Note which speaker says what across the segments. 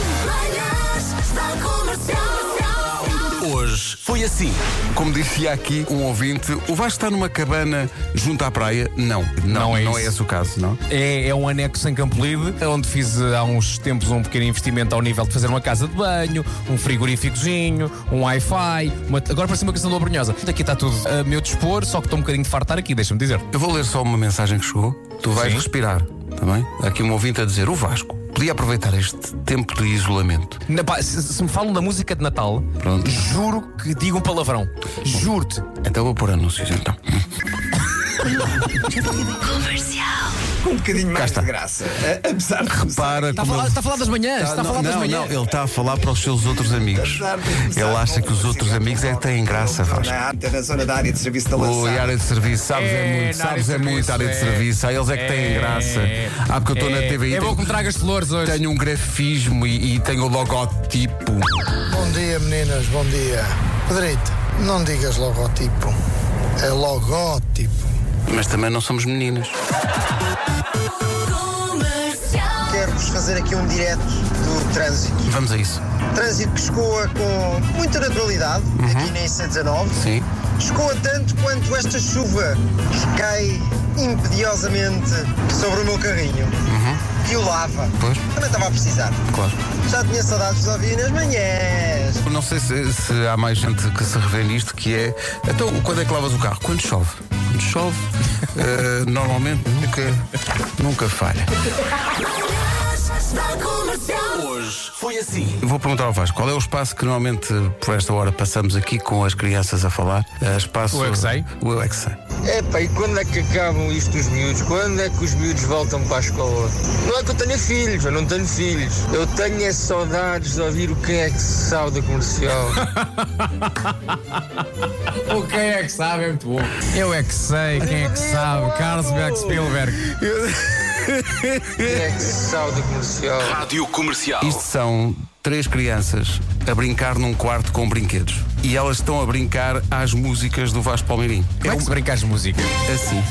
Speaker 1: Manhãs da Comercial.
Speaker 2: Hoje foi assim. Como disse aqui um ouvinte, o Vasco está numa cabana junto à praia? Não. Não,
Speaker 3: Não é isso.
Speaker 2: esse o caso, não?
Speaker 3: É, é um anexo em Campolide, onde fiz eh, há uns tempos um pequeno investimento ao nível de fazer uma casa de banho, um frigoríficozinho, um Wi-Fi. Uma... Agora parece uma questão labrinhosa. Aqui está tudo a meu dispor, só que estou um bocadinho de fartar aqui, deixa-me dizer.
Speaker 2: Eu vou ler só uma mensagem que chegou. Tu vais
Speaker 3: Sim.
Speaker 2: respirar, está bem? Há Aqui um ouvinte a dizer, o Vasco podia aproveitar este tempo de isolamento.
Speaker 3: Na- pá, se, se me falam da música de Natal,
Speaker 2: Pronto.
Speaker 3: juro que digo um palavrão. Juro-te.
Speaker 2: Então vou pôr anúncios, então.
Speaker 4: com um bocadinho mais
Speaker 2: está.
Speaker 4: de graça. A- Apesar de
Speaker 2: Para
Speaker 3: Está a falar, está a falar das manhãs, está a falar
Speaker 2: Tá,
Speaker 3: das
Speaker 2: não,
Speaker 3: manhãs.
Speaker 2: não, ele está a falar para os seus outros amigos.
Speaker 4: Apesar de começar
Speaker 2: Ele acha
Speaker 4: com
Speaker 2: que os outros
Speaker 4: cigarro
Speaker 2: amigos é que têm graça,
Speaker 4: na
Speaker 2: Vasco.
Speaker 4: área- é? Na zona da área de serviço da
Speaker 2: O
Speaker 4: lançada.
Speaker 2: área de serviço, sabes, é,
Speaker 3: É,
Speaker 2: muito,
Speaker 3: na área
Speaker 2: sabes,
Speaker 3: de
Speaker 2: é muito
Speaker 3: serviço,
Speaker 2: área de
Speaker 3: é.
Speaker 2: serviço. Há eles é que têm graça. Ah, porque eu estou na
Speaker 3: É,
Speaker 2: TVI.
Speaker 3: É bom
Speaker 2: tenho-
Speaker 3: que me tragas flores hoje.
Speaker 2: Tenho um grafismo e, e tenho o logotipo.
Speaker 5: Bom dia, meninas, bom dia. Pedrito, não digas logotipo. É logótipo.
Speaker 2: Mas também não somos meninas.
Speaker 1: Comercial.
Speaker 6: Quero-vos fazer aqui um direto do trânsito.
Speaker 2: Vamos a isso.
Speaker 6: Trânsito que escoa com muita naturalidade aqui na IC19.
Speaker 2: Sim.
Speaker 6: Escoa tanto quanto esta chuva que cai impediosamente sobre o meu carrinho.
Speaker 7: Uhum.
Speaker 6: E o lava.
Speaker 2: Pois.
Speaker 6: Também estava a precisar.
Speaker 2: Claro.
Speaker 6: Já tinha saudades de ouvir nas manhãs.
Speaker 2: Eu Não sei se, se há mais gente que se revê nisto, que é. Então, quando é que lavas o carro? Quando chove. Quando chove, eh, normalmente nunca, nunca falha.
Speaker 1: Manhãs da Comercial.
Speaker 2: Eu Vou perguntar ao Vasco, qual é o espaço que normalmente por esta hora passamos aqui com as crianças a falar? Eh, espaço...
Speaker 3: O Eu Que Sei.
Speaker 2: O Eu É Que Sei.
Speaker 7: Epá, e quando é que acabam isto os miúdos? Quando é que os miúdos voltam para a escola? Não é que eu tenha filhos, eu não tenho filhos. Eu tenho é saudades de ouvir o que é que se sabe da comercial.
Speaker 3: O quem é que sabe é muito bom. Eu é que sei, quem é que sabe? Carlos Beck Spielberg.
Speaker 7: O que é que se sabe da comercial?
Speaker 2: Isto são três crianças a brincar num quarto com brinquedos. E elas estão a brincar às músicas do Vasco Palmeirim.
Speaker 3: Como é que se brinca as músicas?
Speaker 2: Assim.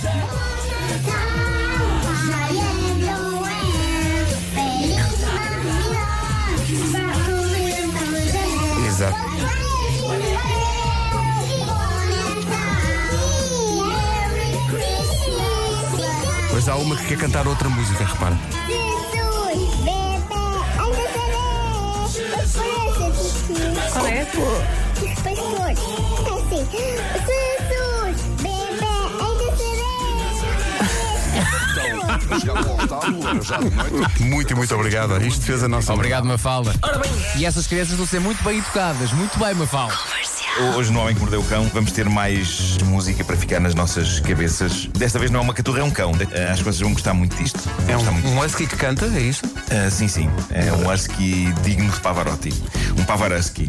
Speaker 2: Exato. Pois há uma que quer cantar outra música, repara.
Speaker 8: Qual é? Pois foi. Assim. Jesus, bebê, ainda serei.
Speaker 2: Muito, muito obrigado. Isto fez a nossa.
Speaker 3: Obrigado, Mafalda. E essas crianças vão ser muito bem educadas. Muito bem, Mafalda.
Speaker 9: Hoje no Homem que Mordeu o Cão vamos ter mais música para ficar nas nossas cabeças. Desta vez não é uma caturra, é um cão. Eh, Acho que vocês vão gostar muito disto. Vão
Speaker 2: É
Speaker 9: gostar
Speaker 2: um,
Speaker 9: muito.
Speaker 2: um husky que canta, é isto?
Speaker 9: Ah, sim, sim. É um husky digno de Pavarotti. Um Pavarotti,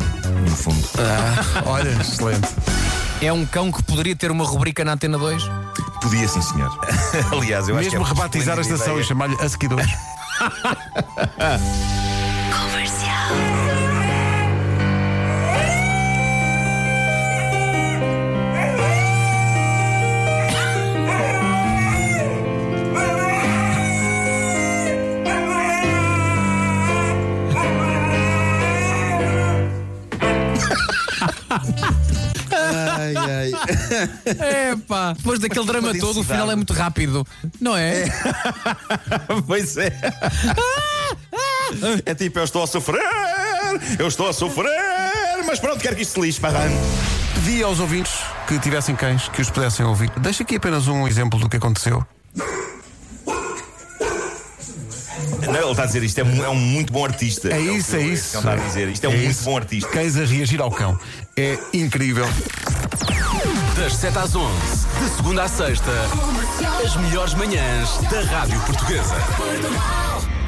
Speaker 9: no fundo.
Speaker 2: Olha, excelente.
Speaker 3: É um cão que poderia ter uma rubrica na Antena 2?
Speaker 9: Podia sim, senhor. Aliás, eu acho que
Speaker 2: Mesmo
Speaker 9: é uma
Speaker 2: rebatizar a
Speaker 9: esplêndida
Speaker 2: estação
Speaker 9: ideia.
Speaker 2: e chamar-lhe Husky 2.
Speaker 3: É pá, depois daquele drama todo, o final é muito rápido. Não é?
Speaker 9: Pois é. É tipo, eu estou a sofrer, eu estou a sofrer, mas pronto, quero que isto se lixe para
Speaker 2: Pedi aos ouvintes que tivessem cães que os pudessem ouvir. Deixa aqui apenas um exemplo do que aconteceu.
Speaker 9: Não, ele está a dizer isto, é, mu- é um muito bom artista.
Speaker 2: É
Speaker 9: o
Speaker 2: isso,
Speaker 9: que
Speaker 2: é
Speaker 9: ele
Speaker 2: isso.
Speaker 9: Está a dizer, isto é, um muito bom artista.
Speaker 2: Cães a reagir ao cão. É incrível.
Speaker 10: Das 7 às 11, de segunda à sexta, as melhores manhãs da Rádio Portuguesa.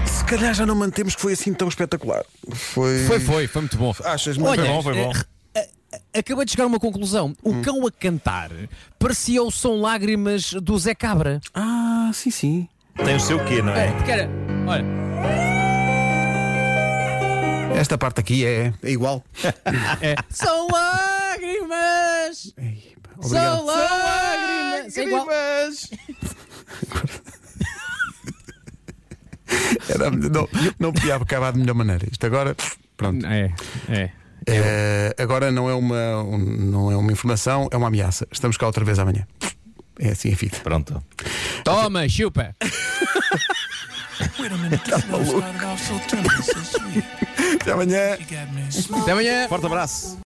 Speaker 2: Se calhar já não mantemos que foi assim tão espetacular. Foi.
Speaker 3: Foi, foi, foi muito bom.
Speaker 2: Achas muito
Speaker 3: Olha,
Speaker 2: Foi bom, foi bom. Hum.
Speaker 3: eh, a- a- Acabei de chegar a uma conclusão. O cão a cantar parecia o som lágrimas do Zé Cabra.
Speaker 2: Ah, sim, sim.
Speaker 9: Tem o seu quê, não é?
Speaker 3: Porque era. Olha.
Speaker 2: Esta parte aqui é, é igual.
Speaker 3: São lágrimas! São lágrimas! É igual.
Speaker 2: Era- não, não podia acabar de melhor maneira. Isto agora, pronto.
Speaker 3: É, é.
Speaker 2: Eh, agora não é, uma, um- não é uma informação, é uma ameaça. Estamos cá outra vez amanhã. É assim a vida.
Speaker 9: Pronto.
Speaker 3: Toma, chupa!
Speaker 2: Até amanhã.
Speaker 3: Até amanhã!
Speaker 9: Forte abraço.